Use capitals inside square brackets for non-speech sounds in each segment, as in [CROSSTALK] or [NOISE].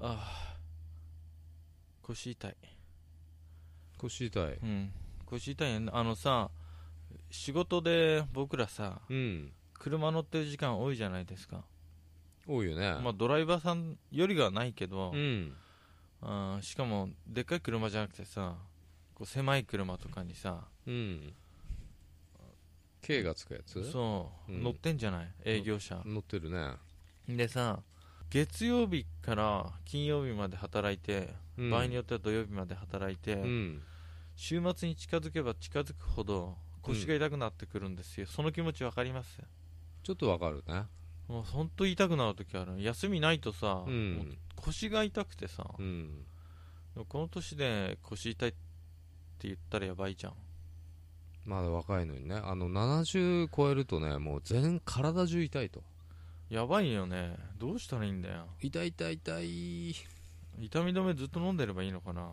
ああ腰痛い腰痛いうん腰痛いねあのさ仕事で僕らさうん車乗ってる時間多いじゃないですか、多いよね、まあ、ドライバーさんよりがないけど、うんあーしかもでっかい車じゃなくてさこう狭い車とかにさうん K がつくやつそう、うん乗ってんじゃない営業車、乗ってるね、でさ月曜日から金曜日まで働いて、うん場合によっては土曜日まで働いて、うん週末に近づけば近づくほど腰が痛くなってくるんですよ、その気持ち分かりますちょっとわかるねもう本当痛くなる時ある休みないとさ、もううん腰が痛くてさ、うんでもこの年で腰痛いって言ったらやばいじゃんまだ若いのにねあの70超えるとねもう全体中痛いとやばいよねどうしたらいいんだよ痛い痛い痛い痛み止めずっと飲んでればいいのかな、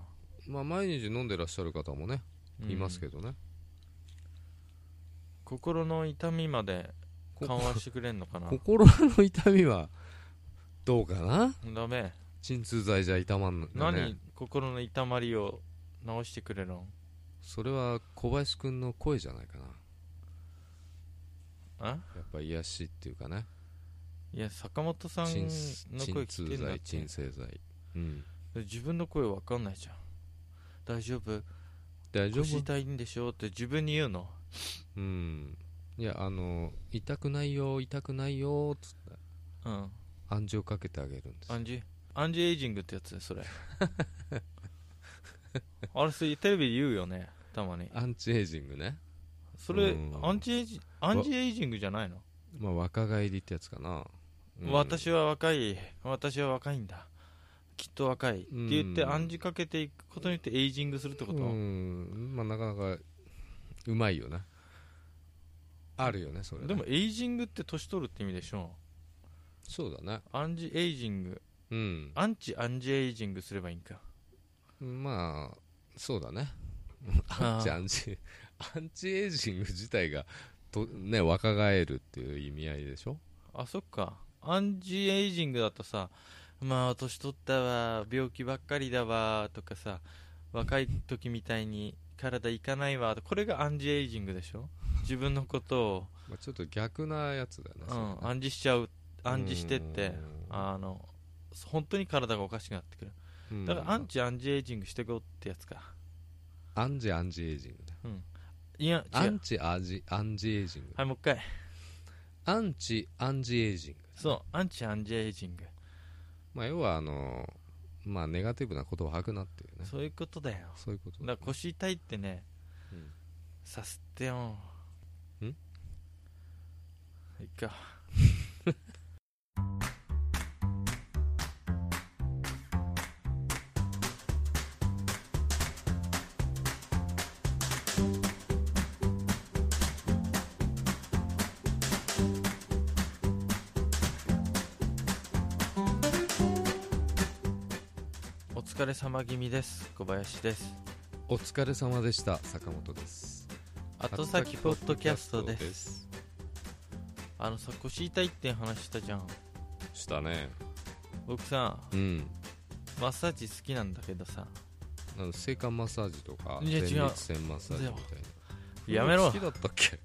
まあ毎日飲んでらっしゃる方もねいますけどどね、心の痛みまで緩和してくれんのかな心の痛みはどうかなダメ鎮痛剤じゃ痛まんの、ね、何心の痛まりを治してくれるのそれは小林くんの声じゃないかなあやっぱ癒しっていうかねいや坂本さんの鎮声鎮聞いて痛んだって剤鎮静剤うん自分の声わかんないじゃん大丈夫大丈腰夫痛いんでしょって自分に言うのうんいやあの痛くないよ痛くないよつってうん暗示をかけてあげるんですアンジアンジエイジングってやつそれ [LAUGHS] あれそれテレビで言うよねたまにアンチエイジングねそれうんアンチエイジアンチエイジングじゃないの、まあ若返りってやつかな、うん私は若い私は若いんだきっと若いって言ってうん暗示かけていくことによってエイジングするってこと、うんまあなかなかうまいよねあるよねそれねでもエイジングって年取るって意味でしょそうだねアンジエイジングうんアンチアンジエイジングすればいいんかまあそうだねあーアンチアンチアンチエイジング自体がとね若返るっていう意味合いでしょあそっかアンジエイジングだとさまあ年取ったわ病気ばっかりだわとかさ若い時みたいに体いかないわこれがアンジエイジングでしょ自分のことを、まあ、ちょっと逆なやつだよね,うそれね、ん、暗示しちゃう暗示してってうんあの本当に体がおかしくなってくるうんだからアンチアンチエイジングしていこうってやつかアンチアンチエイジングだいやア違ンうチアジアンチエイジングはいもう一回アンチアンチエイジングそうアンチアンチエイジングまあ要はあのまあネガティブなことを吐くなっていうねそういうことだよそういうことだから腰痛いってね、うんさすってよんいいかお疲れ様気味です小林ですお疲れ様でした坂本です後先ポッドキャストですすあのさ腰痛いって話したじゃんしたね僕さうんマッサージ好きなんだけどさあの性感マッサージとかいや前違う立腺マッサージみたいなやめろ [LAUGHS] 好きだったっけ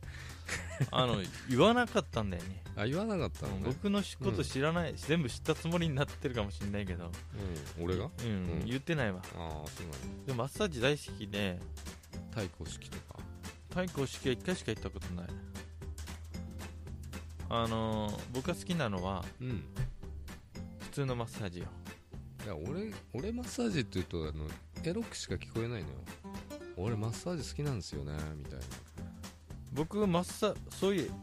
あの言わなかったんだよねあ言わなかったのね、僕のこと知らない、全部知ったつもりになってるかもしれないけど、うん、俺がうんうん言ってないわああそうなんでもマッサージ大好きでだ太鼓式とか太鼓式は1回しか行ったことないあのー僕が好きなのはうん普通のマッサージよいや俺俺マッサージって言うとあのエロくしか聞こえないのよ俺マッサージ好きなんですよねみたい僕マッサそういう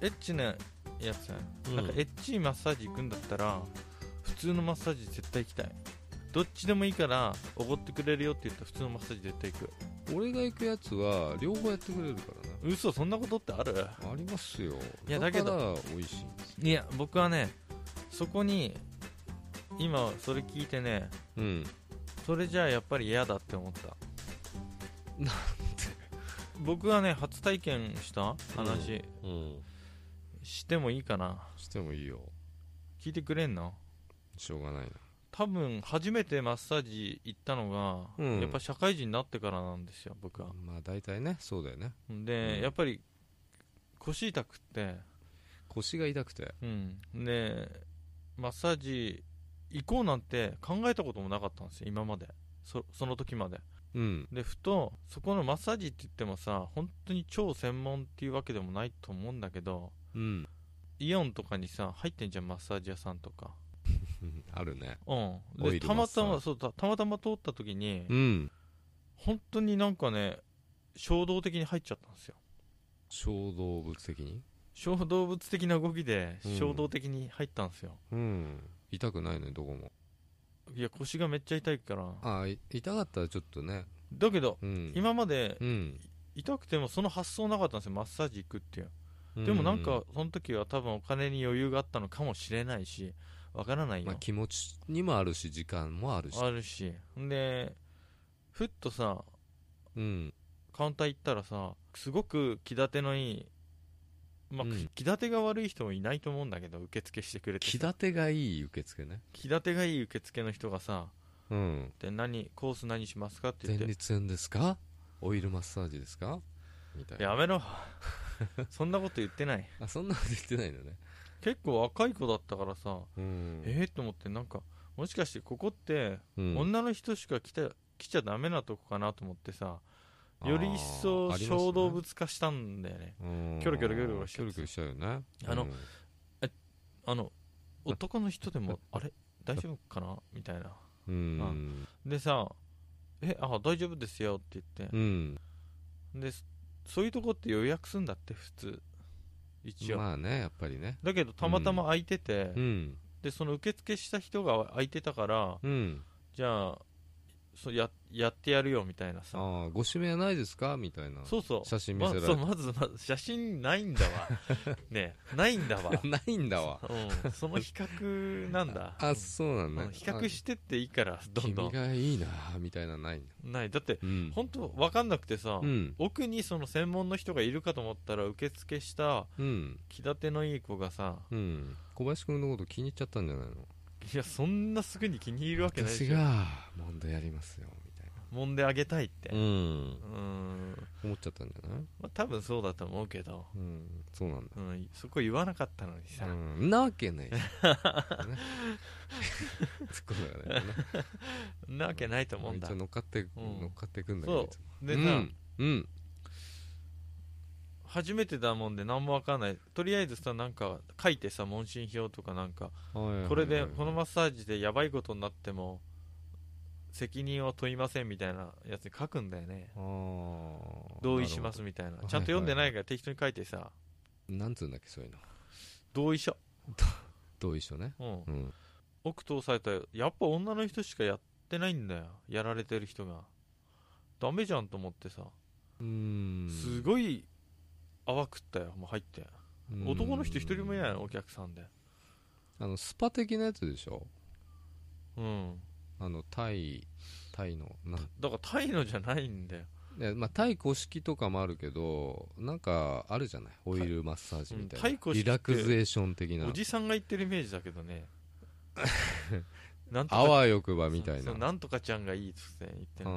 エッチなやつ、うんなんかエッチいマッサージ行くんだったら普通のマッサージ絶対行きたいどっちでもいいからおごってくれるよって言ったら普通のマッサージ絶対行くな俺が行くやつは両方やってくれるからね嘘そんなことってあるありますよいやだけどから美味しいんですよいや僕はねそこに今それ聞いてねうんそれじゃあやっぱり嫌だって思ったなんで僕はね初体験した話、うんしてもいいかなしてもいいよ聞いてくれんのしょうがないなた多分初めてマッサージ行ったのが、うんやっぱ社会人になってからなんですよ僕はまあ大体ねそうだよねで、うんやっぱり腰痛くって、腰が痛くてうん、でマッサージ行こうなんて考えたこともなかったんですよ今までそその時までうんでふとそこのマッサージって言ってもさ本当に超専門っていうわけでもないと思うんだけどうんイオンとかにさ入ってんじゃんマッサージ屋さんとかうんあるねうんオでイルたマまッサージたまそうたたまたま通った時に、うん本当になんかね衝動的に入っちゃったんですよ小動物的に小動物的な動きでうん衝動的に入ったんですよ、うん痛くないのにどこもいや腰がめっちゃ痛いからああい痛かったらちょっとねだけどうん今までうん痛くてもその発想なかったんですよマッサージ行くっていうでもなんかその時は多分お金に余裕があったのかもしれないしわからないよ、まあ、気持ちにもあるし時間もあるしあるしでふっとさうんカウンター行ったらさすごく気立てのいいまあ、うん気立てが悪い人もいないと思うんだけど受付してくれて気立てがいい受付ね気立てがいい受付の人がさうんで何コース何しますかって言前って立腺ですかオイルマッサージですかみたいなやめろそんなこと言ってないあそんなこと言ってないのね結構若い子だったからさうんえー、と思ってなんかもしかしてここってうん女の人しか来た来ちゃダメなとこかなと思ってさより一あー層ありますね小動物化したんだよねうんキョロキョロキョロキョロしちキゃョっロてキョロしちゃうよねあのうんあの男の人で [LAUGHS] もあれ大丈夫かなみたいなうんでさえあ大丈夫ですよって言ってうんでそそういうとこって予約すんだって普通一応まあねやっぱりねだけどたまたま空いてて、うんでその受付した人が空いてたからうんじゃあそややってやるよみたいなさああご指名ないですかみたいなそうそう写真見ませられずてまずまず写真ないんだ [LAUGHS] わねえないんだわないんだわうんその比較なんだあそうなんうだん比較してっていいからあどんどん君がいいなみたいなのないんだないだってうん本当わかんなくてさ、うん奥にその専門の人がいるかと思ったら受付したうん気立てのいい子がさうん小林君のこと気に入っちゃったんじゃないのいやそんなすぐに気に入るわけないで私しょが問題やりますよみたい揉んであげたいってなうんうん思っちゃったんじゃないまあ、多分そうだと思うけど、うんそうなんだうん、そこ言わなかったのにさ、うんなわけないね [LAUGHS] 突っ込んだからねんなわけないと思うんだ一応乗っかってうん乗っかってくんだけどそういつもでさ、うんうん初めてだもんで何もわかんないとりあえずさなんか書いてさ問診票とかなんかはいはいはいこれでこのマッサージでやばいことになっても責任を問いませんみたいなやつに書くんだよねああ同意しますみたいなほどちゃんと読んでないから適当に書いてさなんつうんだっけそういうの同意書、同意書ねうん、うん奥通されたらやっぱ女の人しかやってないんだよやられてる人がダメじゃんと思ってさうんすごい泡食ったよもう入ってうん男の人一人もいないのお客さんであのスパ的なやつでしょうんあのタイタイのなんだからタイのじゃないんだよでまあ、タイ古式とかもあるけどなんかあるじゃないオイルマッサージみたいな、うんタイ古式っリてラクゼーション的なおじさんが言ってるイメージだけどね [LAUGHS] なんとあかわよくばみたいそなうなんとかちゃんがいいっつって言ってるあ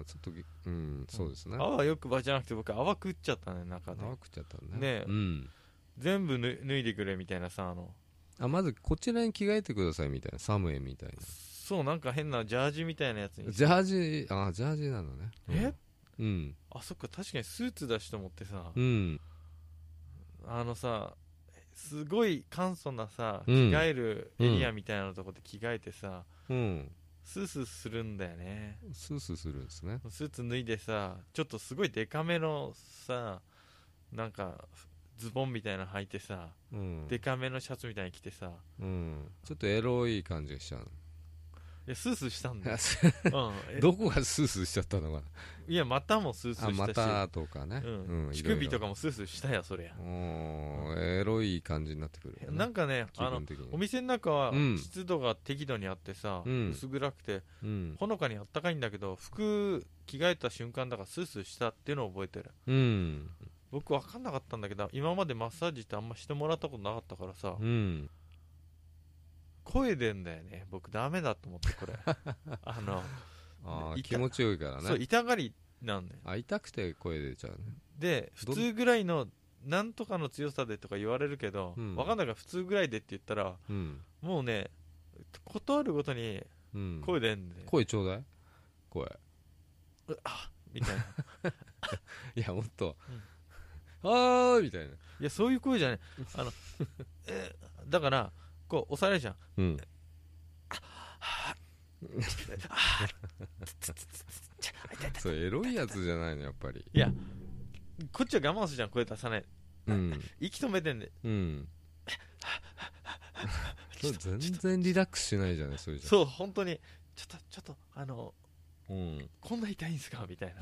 ーちょっとぎうんそうですねあわよくばじゃなくて僕泡食っちゃったね中で長くっちゃったねねえうん、全部ぬ脱いでくれみたいなさあのあまずこちらに着替えてくださいみたいなサムエみたいそうなんか変なジャージみたいなやつなにジャージあージャージなのねえうんあそっか確かにスーツだしと思ってさ、うんあのさすごい簡素なさ着うん替えるエリアみたいなとこで着替えてさ、うんスースーするんだよねスースーするんですねスーツ脱いでさちょっとすごいデカめのさなんかズボンみたいなの履いてさ、うんデカめのシャツみたいに着てさうん、ちょっとエロい感じがしちゃういやスースーしたんだ [LAUGHS] よ、のうんえ [LAUGHS] どこがスースーしちゃったのかいや股もスースなあーしたまし、たとかね、うんい乳ろいろ首とかもスースーしたやそりゃ、おーエロい感じになってくるよね、なんかね気あの分的にお店の中はうん湿度が適度にあってさ、うん薄暗くてうん、ほのかにあったかいんだけど服着替えた瞬間だからスースーしたっていうのを覚えてるうん僕分かんなかったんだけど今までマッサージってあんましてもらったことなかったからさ、うん声出んだよね僕ダメだと思ってこれ [LAUGHS] あのああ痛気持ちよいからそうね痛がりなんだよあ痛くて声出ちゃうねで普どん通ぐらいのなんとかの強さでとか言われるけど、うん分かんないから普通ぐらいでって言ったらうんもうね断るごとにうん声出んで、声ちょうだい声みたいないやもっと「はーい」みたいないやそういう声じゃないあ [LAUGHS] のえだからこう押されるじゃんうんそれエロいやつじゃないのやっぱりいやこっちは我慢するじゃん声出さないうん息止めてんでうんそれ全然リラックスしないじゃないそれじゃそう本当にちょっとちょっとあのうんこんな痛いんすかみたい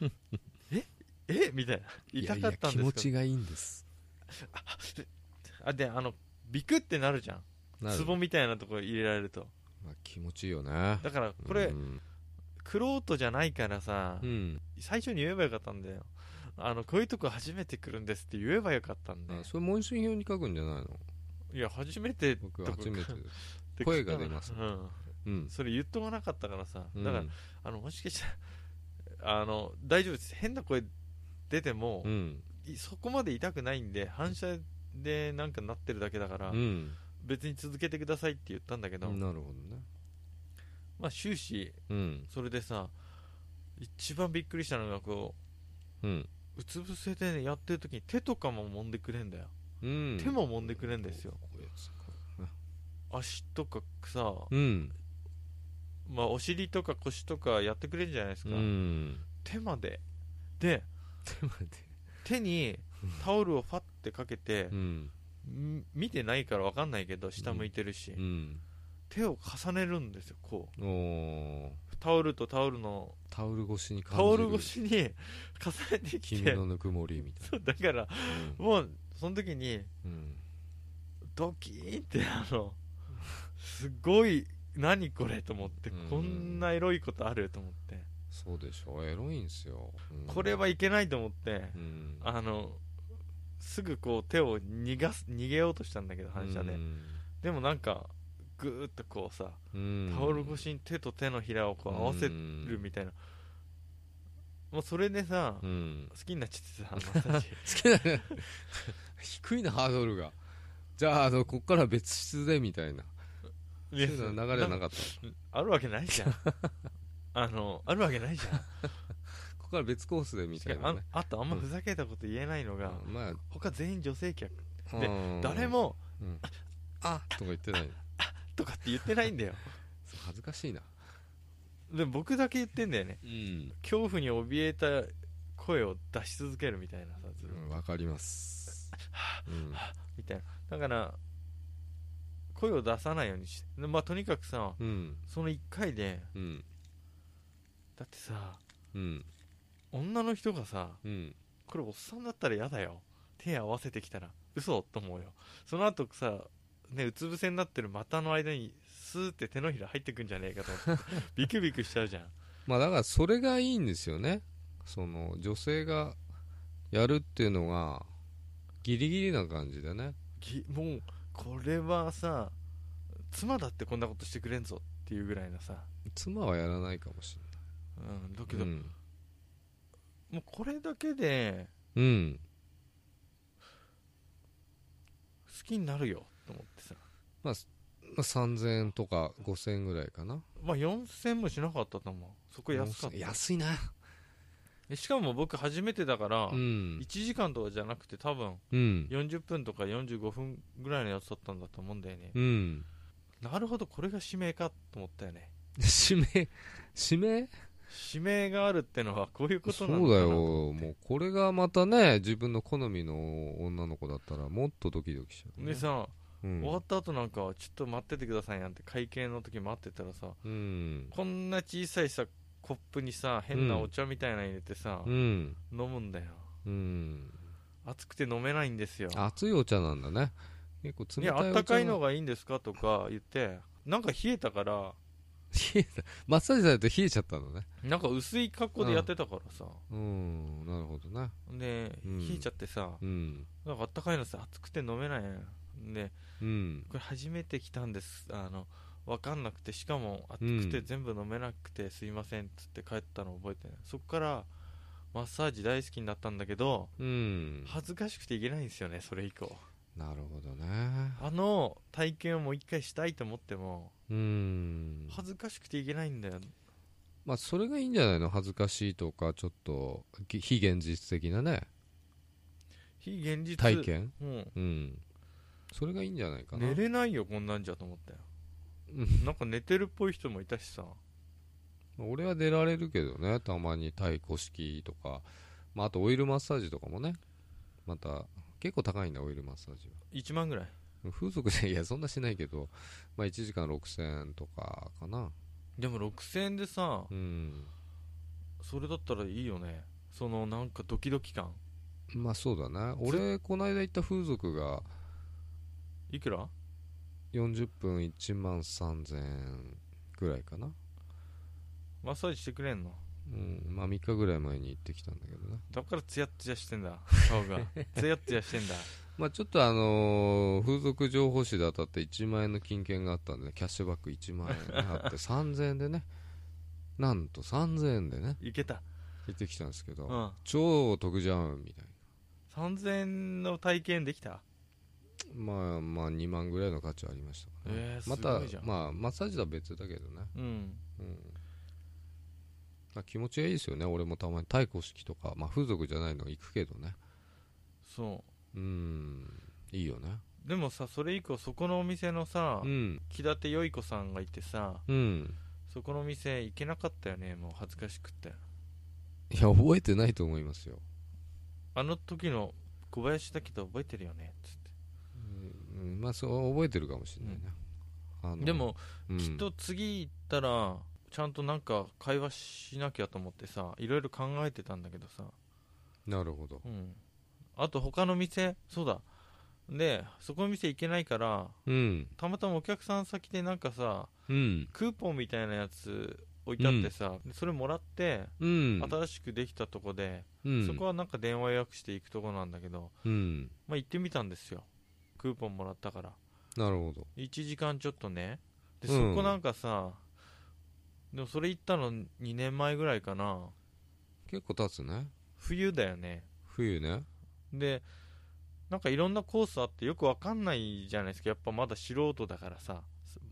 な [LAUGHS] ええみたいな痛かったんですかいやいや気持ちがいいんですあであのビクってなるじゃんなるツボみたいなところ入れられるとまあ気持ちいいよねだからこれ、うんクロートじゃないからさ、うん最初に言えばよかったんだよあのこういうとこ初めて来るんですって言えばよかったんだよあそれ問診票に書くんじゃないのいや初めて僕とこ初めてですって声が出ますうん、うんそれ言っとかなかったからさうんだから、あのもしかしたらあの大丈夫です変な声出てもう、んいそこまで痛くないんで反射でなんかなってるだけだから、うん別に続けてくださいって言ったんだけど、なるほどねまあ終始うんそれでさ一番びっくりしたのがこうんううつ伏せでやってる時に手とかも揉んでくれんだよ、うん手も揉んでくれんですよこういうやつか足とかさ、うんまあ、お尻とか腰とかやってくれんじゃないですうか、 [LAUGHS] ん手までで手まで手にタオルをファッてかけてう、んん見てないから分かんないけど下向いてるし、うん手を重ねるんですよこおーうタオルとタオルのタオル越しに感じタるオル越しに重ねてき君てのぬくもりみたいそうだからなもうその時にうんうんドキーンってあのすごい何これと思ってうんこんなエロいことあると思ってそうでしょエロいんすようんこれはいけないと思ってうんあのすぐこう手を逃がす逃げようとしたんだけど反射でうんでもなんかグーッとこうさうんタオル越しに手と手のひらをこう合わせるるみたいなもうそれでさう好んきになっちゃってさマッサージ好きだね [LAUGHS] 低いなハードルがじゃああのこっから別室でみたいなそういやいうの流れはなかったあるわけないじゃ [LAUGHS] んあのあるわけないじゃんここから別コースでみたいあなねあとあんまふざけたこと言えないのが、うんまあ他全員女性客、でうん誰もうんあとか言ってないとかって言ってないんだ [LAUGHS] よそう恥ずかしいなでも僕だけ言ってんだよねうん恐怖に怯えた声を出し続けるみたいなさずっとわかりますうんみたいなだから声を出さないようにして、でまあ、とにかくさうんその1回でうんだってさうん女の人がさうんこれおっさんだったら嫌だよ手合わせてきたら嘘と思うよその後さねうつ伏せになってる股の間にスーって手のひら入ってくんじゃねえかと [LAUGHS] 思ってビクビクしちゃうじゃんまあだからそれがいいんですよねその女性がやるっていうのがギリギリな感じでねぎもうこれはさ妻だってこんなことしてくれんぞっていうぐらいのさ、妻はやらないかもしうん、だけれなど、いもうこれだけでうん、うん好きになるよと思ってさまあ、すまあ、3000円とか5000円ぐらいかなまあ4000もしなかったと思うそこ安かっ4000た安いなえしかも僕初めてだから、うん1時間とかじゃなくて多分うん40分とか45分ぐらいのやつだったんだと思うんだよね、うんなるほどこれが使命かと思ったよね指名指名使命があるってのはこういうことそなんだうだなよもうこれがまたね自分の好みの女の子だったらもっとドキドキしちゃうねでさ、うん終わった後なんかはちょっと待っててくださいなんて会計の時待ってたらさうんこんな小さいさコップにさ変なお茶みたいなの入れてさ、うん飲むんだようん熱くて飲めないんですよ熱いお茶なんだね結構い冷やたいお茶あったかいのがいいんですかとか言ってなんか冷えたから冷えたマッサージされて冷えちゃったのねなんか薄い格好でやってたからさ、うんなるほどねでうん冷えちゃってさ、うんなんかあったかいのさ熱くて飲めないでうんこれ初めて来たんですあの分かんなくてしかも暑うんくて全部飲めなくてすいませんっつって帰ったの覚えてないそこからマッサージ大好きになったんだけどうん恥ずかしくていけないんですよねそれ以降なるほどねあの体験をもう一回したいと思ってもうん恥ずかしくていけないんだよまあそれがいいんじゃないの恥ずかしいとかちょっとぎ非現実的なね非現実体験うんうんそれがいいんじゃないかな寝れないよこんなんじゃと思ったようなんか寝てるっぽい人もいたしさ俺は出られるけどねたまに太鼓式とか、まあ、あとオイルマッサージとかもねまた結構高いんだオイルマッサージは1万ぐらい風俗でいやそんなしないけど、まあ、1時間6000円とかかなでも6000円でさうんそれだったらいいよねそのなんかドキドキ感まあそうだね俺この間行った風俗がいくら40分1万3000円ぐらいかなマッサージしてくれんのうんまあ3日ぐらい前に行ってきたんだけどねだからツヤッツヤしてんだ顔 [LAUGHS] がツヤッツヤしてんだまあちょっとあのー風俗情報誌で当たって1万円の金券があったんで、ね、キャッシュバック1万円あって3000円でねなんと3000円でねいけた行ってきたんですけど、うん超得じゃんみたい3000円の体験できたなまあまあ2万ぐらいの価値はありましたからね、えーますたごいじゃんまあマッサージとは別だけどね、うんうんまあ、気持ちがいいですよね俺もたまに太鼓式とか、まあ、風俗じゃないの行くけどねそうんいいよねうでもさそれ以降そこのお店のさうん木立よい子さんがいてさうんそこのお店行けなかったよねもう恥ずかしくっていや覚えてないと思いますよあの時の小林だけど覚えてるよねつっうんまあそう覚えてるかもしれないね、あてのでも、うんきっと次行ったらちゃんとなんか会話しなきゃと思ってさいろいろ考えてたんだけどさなるほどうんあと他の店そうだでそこの店行けないからうんたまたまお客さん先でなんかさうんクーポンみたいなやつ置いてあってさ、でそれもらって、うん新しくできたとこで、うんそこはなんか電話予約して行くとこなんだけど、うんまあ、行ってみたんですよクーポンもらったからなるほど1時間ちょっとねでそうんこなんかさ、でもそれ行ったの2年前ぐらいかな結構経つね冬だよね冬ねでなんかいろんなコースあってよくわかんないじゃないですかやっぱまだ素人だからさ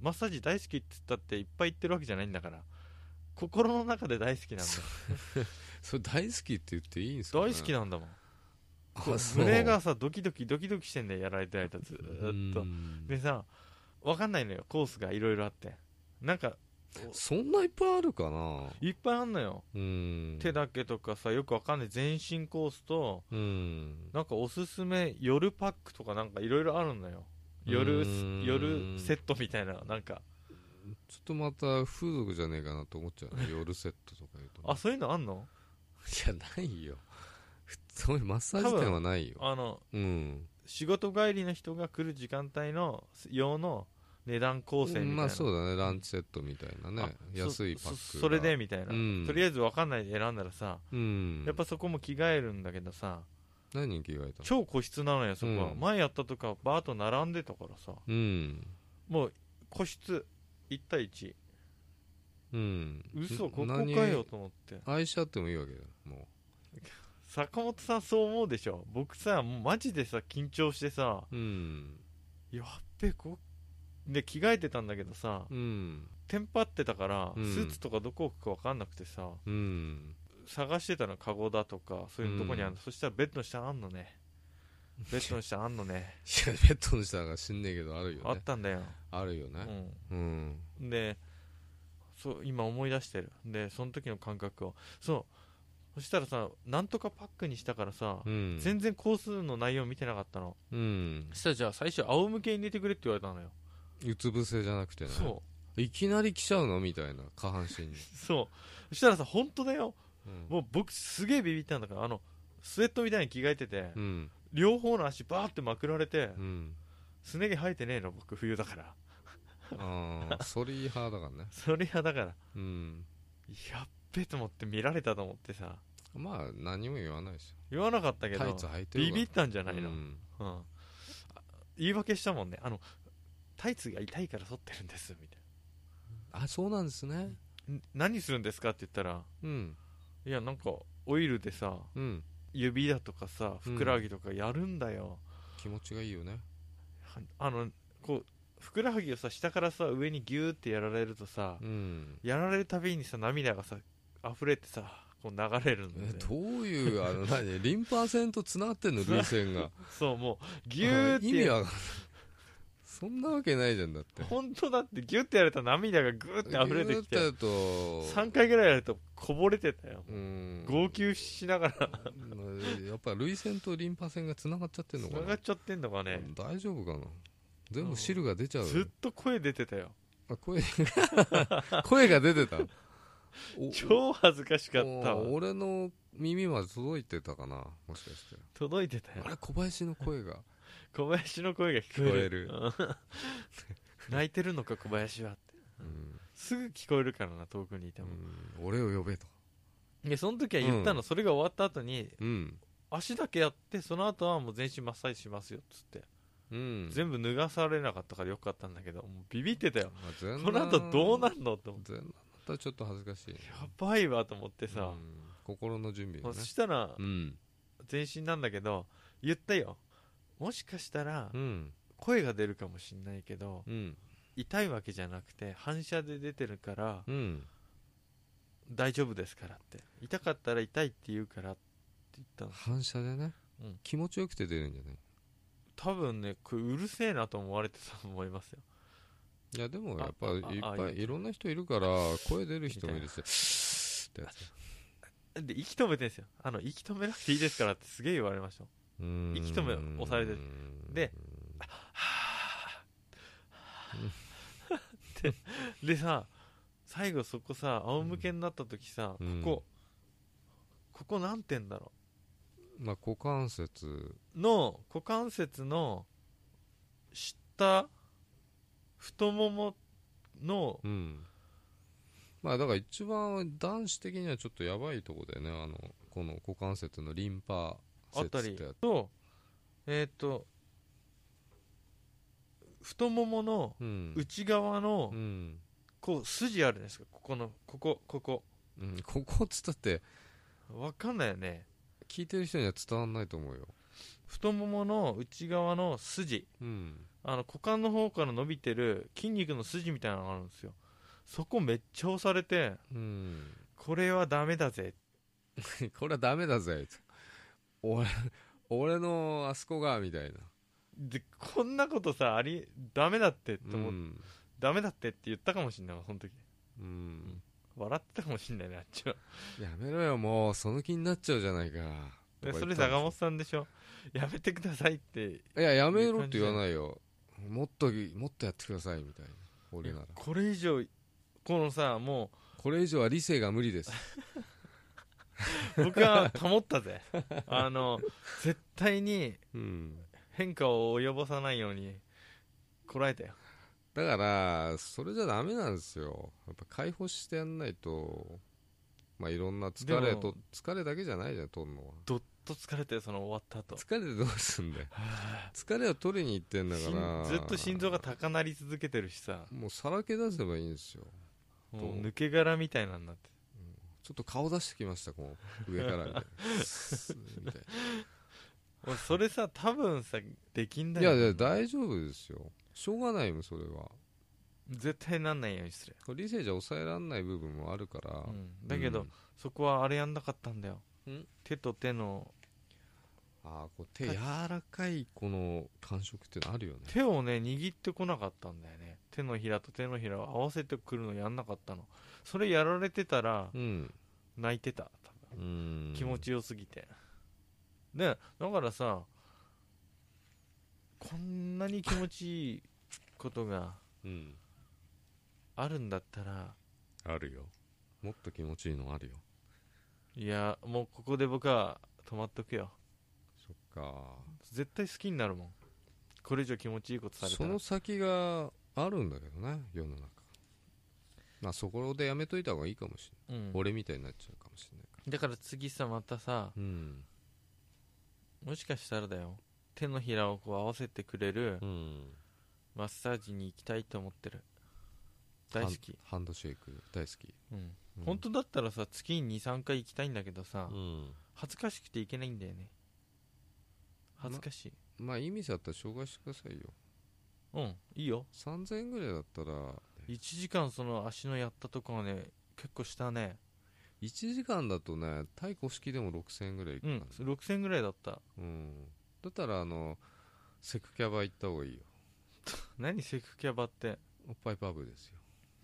マッサージ大好きって言ったっていっぱい行ってるわけじゃないんだから心の中で大好きなんだよそれ大好きって言っていいんですか、ね、大好きなんだもんあそう胸がさドキドキドキドキしてんだよやられてる間ずうーっとんでさわかんないのよコースがいろいろあってなんかそんないっぱいあるかないっぱいあんのようん手だけとかさよくわかんない全身コースとうんなんかおすすめ夜パックとかなんかいろいろあるんだよ夜うーん夜セットみたいななんかちょっとまた風俗じゃねえかなと思っち [LAUGHS] ゃうね夜セットとか言うとね、あそういうのあんのいやないよ普通にマッサージ店はないよあのうん仕事帰りの人が来る時間帯の用の値段構成みたいな、まあそうだねランチセットみたいなねあそ安いパックがそそれでみたいな、うんとりあえず分かんないで選んだらさ、うんやっぱそこも着替えるんだけどさ何人着替えたの超個室なのよそこは、うん前やったとかバーッと並んでたからさうんもう個室1対1うん嘘ここか何よと思って愛し合ってもいいわけだよも坂本さんそう思うでしょ僕さもうマジでさ緊張してさううんやっべこで着替えてたんだけどさうんテンパってたから、うんスーツとかどこ置くか分かんなくてさうん探してたのカゴだとかそういうとこにある、うんそしたらベッドの下あんのねベッドの下あんのねいやベッドの下が死んねえけどあるあよっねたんだよ、あるよねうんうん、でそう今思い出してるでその時の感覚をそうそしたらさなんとかパックにしたからさ、うん全然コースの内容見てなかったのうんそしたらじゃあ最初仰向けに寝てくれって言われたのよ、うつ伏せじゃなくてねそいきなり来ちゃうのみたいな下半身にうそうそしたらさ本当だようんもう僕すげえビビったんだからあのスウェットみたいに着替えてて、うん両方の足バーってまくられて、うんすね毛生えてねえの僕冬だからああソリ派だからねそれはだからうんやっべと思って見られたと思ってさまあ何も言わないです言わなかったけよどタイツ履いてるビわビったんじゃないの、ううんんあ言い訳したもんねあのタイツが痛いから剃ってるんですみたいあそうなんですねなん何するんですかって言ったらうんいやなんかオイルでさうん指だとかさふくらはぎとかやるんだよ、気持ちがいいよねはあのこうふくらはぎをさ下からさ上にギューってやられるとさ、うんやられるたびにさ涙がさ溢れてさこう流れるんだよ、ね、えどういう [LAUGHS] あの何リンパ腺とつながってんの涙腺がそうもう [LAUGHS] ギューっあて意味わかんないそんなわけないじゃんだって本当だってギューってやると涙がグーって溢れてきギてューッとやる3回ぐらいやるとこぼれてたよとうん号泣しながらやっぱり涙腺とリンパ腺がつながっちゃってんのつかながなっちゃってんのかね大丈夫かな全部汁が出ちゃうよずっと声出てたよあ声 [LAUGHS] 声が出てたお超恥ずかしかったおわ俺の耳まで届いてたかなもしかして届いてたよあれ小林の声が小林の声が聞こえる聞泣いてるのか小林はってうんすぐ聞こえるからな遠くにいても、うん俺を呼べといやその時は言ったの、それが終わった後にうん足だけやってその後はもう全身マッサージしますよっつって、うん全部脱がされなかったからよかったんだけどもうビビってたよあ全この後どうなるのって思って全然だったらちょっと恥ずかしいねやばいわと思ってうさ、ん心の準備もがうねそしたらうん全身なんだけど言ったよもしかしたらうん声が出るかもしんないけどうん痛いわけじゃなくて反射で出てるからうん大丈夫ですからって痛かったら痛いって言うからって言ったの反射でねうん気持ちよくて出るんじゃない多分ねこれうるせえなと思われてたと思いますよいやでもやっぱあいあっあぱあいいいいろんな人いるから声出る人もいるしってやつで息止めてんですよあの息止めなくていいですからってすげえ言われましたうーん息止め押されてるででさ最後そこさ仰向けになった時さ、うんここここなんて言うんだろまあ股関節うの股関節の下太もものうんまあだから一番男子的にはちょっとやばいとこだよねあのこの股関節のリンパあ節たっりてやつとえーっ、と太もものうん内側のうんこう筋あるじゃないですかここのここここうんここっつったってわかんないよね聞いてる人には伝わんないと思うよ太ももの内側の筋うんあの股間の方から伸びてる筋肉の筋みたいなのがあるんですよそこめっちゃ押されてうん [LAUGHS] これはダメだぜこれはダメだぜ俺俺のあそこがみたいなでこんなことさありダメだってと思っうんダメだってって言ったかもしんないわその時うん笑ってたかもしんないねあっちはやめろよもうその気になっちゃうじゃないかでとかそれ言ったんです坂本さんでしょやめてくださいっていややめろって言わないよもっともっとやってくださいみたいな俺ならこれ以上このさもこれ以上は理性が無 [LAUGHS] 理ですう僕は保ったぜあの絶対にうん変化を及ぼさないようにこらえたよだからそれじゃダメなんですよやっぱ解放してやんないとまあいろんな疲れでもと疲れだけじゃないじゃん取るのはどっと疲れてその終わった後疲れてどうすん [LAUGHS] だよ疲れを取りに行ってんだからしんずっと心臓が高鳴り続けてるしさもうさらけ出せばいいんですよもう抜け殻みたいなんだってちょっと顔出してきましたこう上から [LAUGHS] みたいなみたいな俺それさ多分さできんだいやよいや大丈夫ですよしょうがないもんそれは絶対なんないようにする、理性じゃ抑えられない部分もあるから、うんだけど、うんそこはあれやんなかったんだよん手と手のああこう手柔らかいこの感触ってのあるよね手をね握ってこなかったんだよね手のひらと手のひらを合わせてくるのやんなかったのそれやられてたらうん泣いてた多分うん気持ちよすぎて、ねだからさこんなに気持ちいいことがうんあるんだったらあるよもっと気持ちいいのあるよいやもうここで僕は止まっとくよそっか絶対好きになるもんこれ以上気持ちいいことされたそらの先があるんだけどね世の中まあそこでやめといた方がいいかもしれうんない、俺みたいになっちゃうかもしれないかだから次さまたさらうんもしかしたらだよ手のひらをこう合わせてくれるうんマッサージに行きたいと思ってる大好き、ハンハンドシェイク大好き、うん、うん本当だったらさ月に23回行きたいんだけどさ、うん恥ずかしくて行けないんだよね恥ずかしい、まあいい店だったら紹介してくださいようんいいよ3000円ぐらいだったら1時間その足のやったとこはね結構したね1時間だとね太鼓式でも6000円ぐらいいくうかん6000ぐらいだったな、うんだったらあのセクキャバ行った方がいいよ何セクキャバっておっぱいパブですよ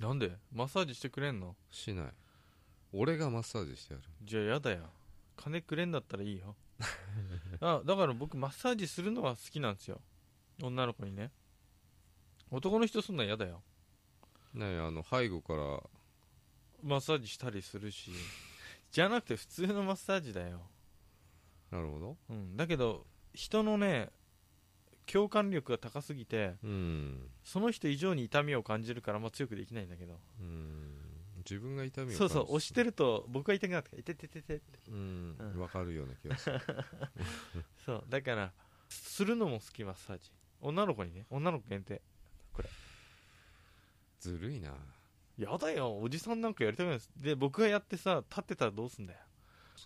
なんでマッサージしてくれんのしない俺がマッサージしてやるじゃあやだよ金くれんだったらいいよあだから僕マッサージするのは好きなんですよ女の子にね男の人そんなんやだよねえあの背後からマッサージしたりするしじゃなくて普通のマッサージだよ、なるほどうん、だけど人のね共感力が高すぎてうんその人以上に痛みを感じるからあんま強くできないんだけどうん自分が痛みを感じそうそう押してると僕が痛くなってから痛ててててってうんうんわかるような気が [LAUGHS] するそうだからするのも好きマッサージ女の子にね女の子限定ずるいなやだよおじさんなんかやりたくないですで僕がやってさ立ってたらどうすんだよ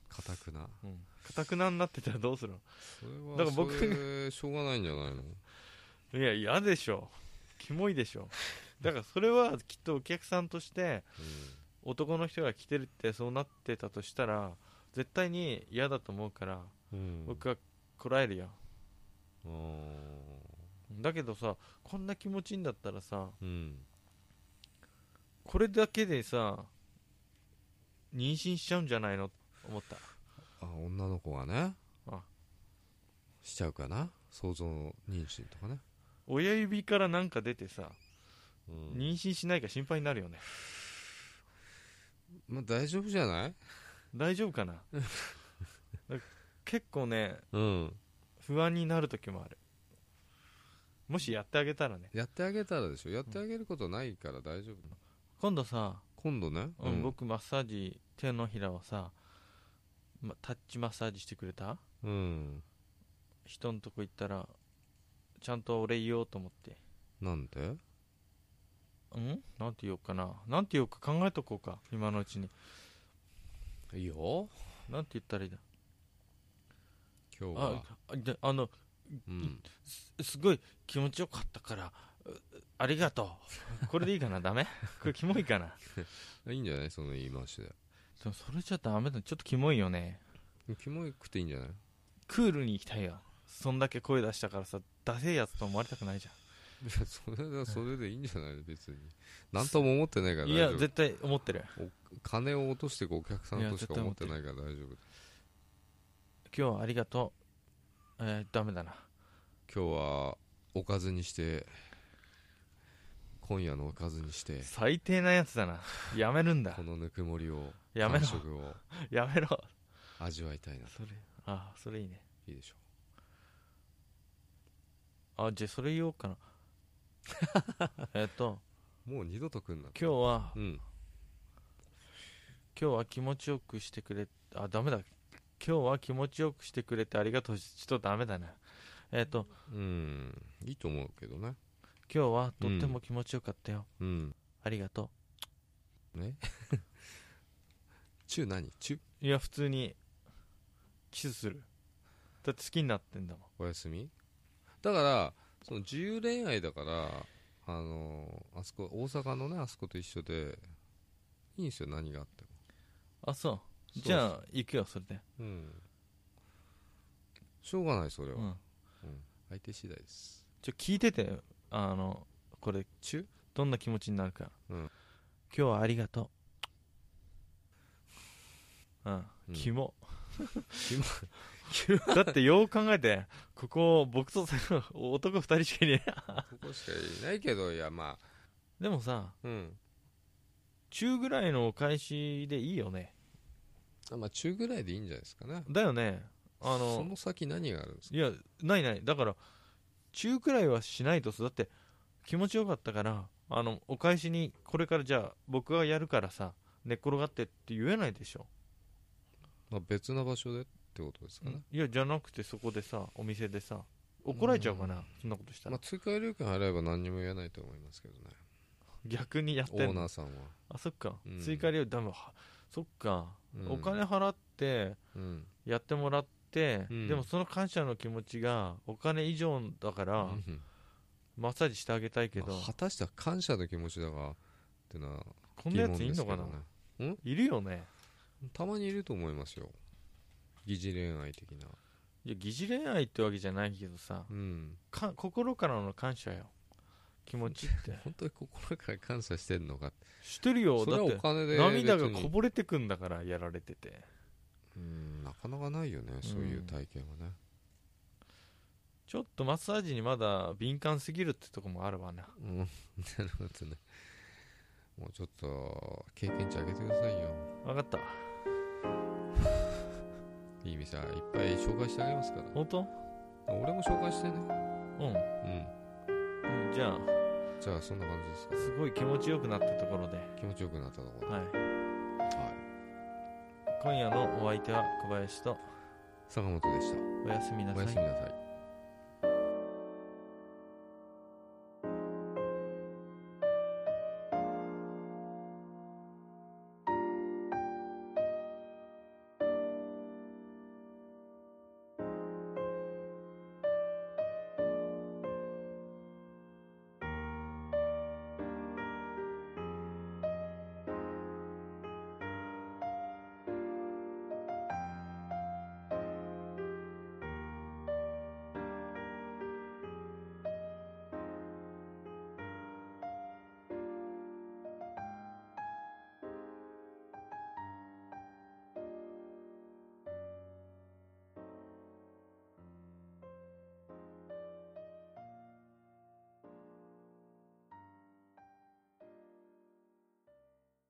かたくなうんかたくなになってたらどうするそだれはから僕がそれしょうがないんじゃないののいや嫌でしょキモいでしょだからそれはきっとお客さんとして男の人が来てるってそうなってたとしたら絶対に嫌だと思うからうん僕はこらえるよあだけどさこんな気持ちいいんだったらさーうんこれだけでさ妊娠しちゃうんじゃないのと思ったあ女の子がねあしちゃうかな想像妊娠とかね親指からなんか出てさうん妊娠しないか心配になるよねまあ大丈夫じゃない大丈夫かな [LAUGHS] だ結構ねうん不安になる時もあるもしやってあげたらねやってあげたらでしょやってあげることないから大丈夫今度さ、今度ねうん僕マッサージ手のひらをさ、ま、タッチマッサージしてくれたうん人のとこ行ったらちゃんとお礼言おうと思ってなんでうんなんて言おうかななんて言おうか考えとこうか今のうちにいいよなんて言ったらいいだ今日あはあであのうんすすごい気持ちよかったからうありがとうこれでいいか [LAUGHS] なダメこれキモいかないいんじゃないその言い回しででもそれじゃダメだちょっとキモいよねキモくていいんじゃない [LAUGHS] クールに行きたいよそんだけ声出したからさダセえやつと思われたくないじいやそれはそれでいいんじゃないの別に何とも思ってないかゃんら大い丈や夫絶対思ってる金を落としていくお客さんとしかいや絶対思思っっててないから大丈夫今日はありがとうえー、ダメだな今日はおかずにして今夜のおかずにして最低なやつだ [LAUGHS] なやめるんだこのぬくもりをやめろ感触をやめろ味わいたいなそれあそれいいねいいでしょあじゃあそれ言おうか [LAUGHS] なえっとうもう二度と来んな今日はうん今日は気持ちよくしてくれあダメだ今日は気持ちよくしてくれてありがとうちょっとダメだなえっ、とうんいいと思うけどね今日はとっても気持ちよかったよ、うんありがとねチュー何チューういや普通にキスするだって好きになってんだもんお休みだからその自由恋愛だからあのあそこ大阪のねあそこと一緒でいいんですよ何があってもあそうそうじゃあ行くよそれでうんしょうがないそれは、うん相手次第ですちょ聞いててあのこれ中どんな気持ちになるか、うん今日はありがとううん、うんキモ [LAUGHS] キモだってよう考えてここ僕とその男2人しかいねえここしかいないけどいやまあでもさうん中ぐらいのお返しでいいよねあまあ中ぐらいでいいんじゃないですかねだよねあそのの先何があるんですかいやないないだから中くらいはしないとさだって気持ちよかったからあのお返しにこれからじゃあ僕がやるからさ寝っ転がってって言えないでしょまあ、別な場所でってことですかね、いやじゃなくてそこでさお店でさ怒られちゃうかな、そんなことしたまらあ、追加料金払えば何にも言えないと思いますけどね逆にやっオてーんのナーさんは、あそっか、うん追加料金多分はそっか、うんお金払ってうん、やってもらって、うんでもその感謝の気持ちがお金以上だから、うんマッサージしてあげたいけど、まあ果たして感謝の気持ちだがってのはこん疑なや問ついでんすのけどかな、ねいるよねたまにいると思いますよ疑似恋愛的ないや疑似恋愛ってわけじゃないけどさうんか心からの感謝よ気持ちって [LAUGHS] 本当に心から感謝してんのかしてるよそれだはっおて金で涙別がにこぼれてくんだからやられててうんなかなかないよねそういう体験はね、ちょっとマッサージにまだ敏感すぎるってとこもあるわなうん、なるほどねもうちょっと経験値上げてくださいよ分かったいい店いっぱい紹介してあげますか本当ら俺も紹介してねうん、うん、じゃあうんじゃあそんな感じですかすごい気持ちよくなったところで、気持ちよくなったところで、はい、はい、今夜のお相手は小林と坂本でしたおやすみなおさやいすみなさい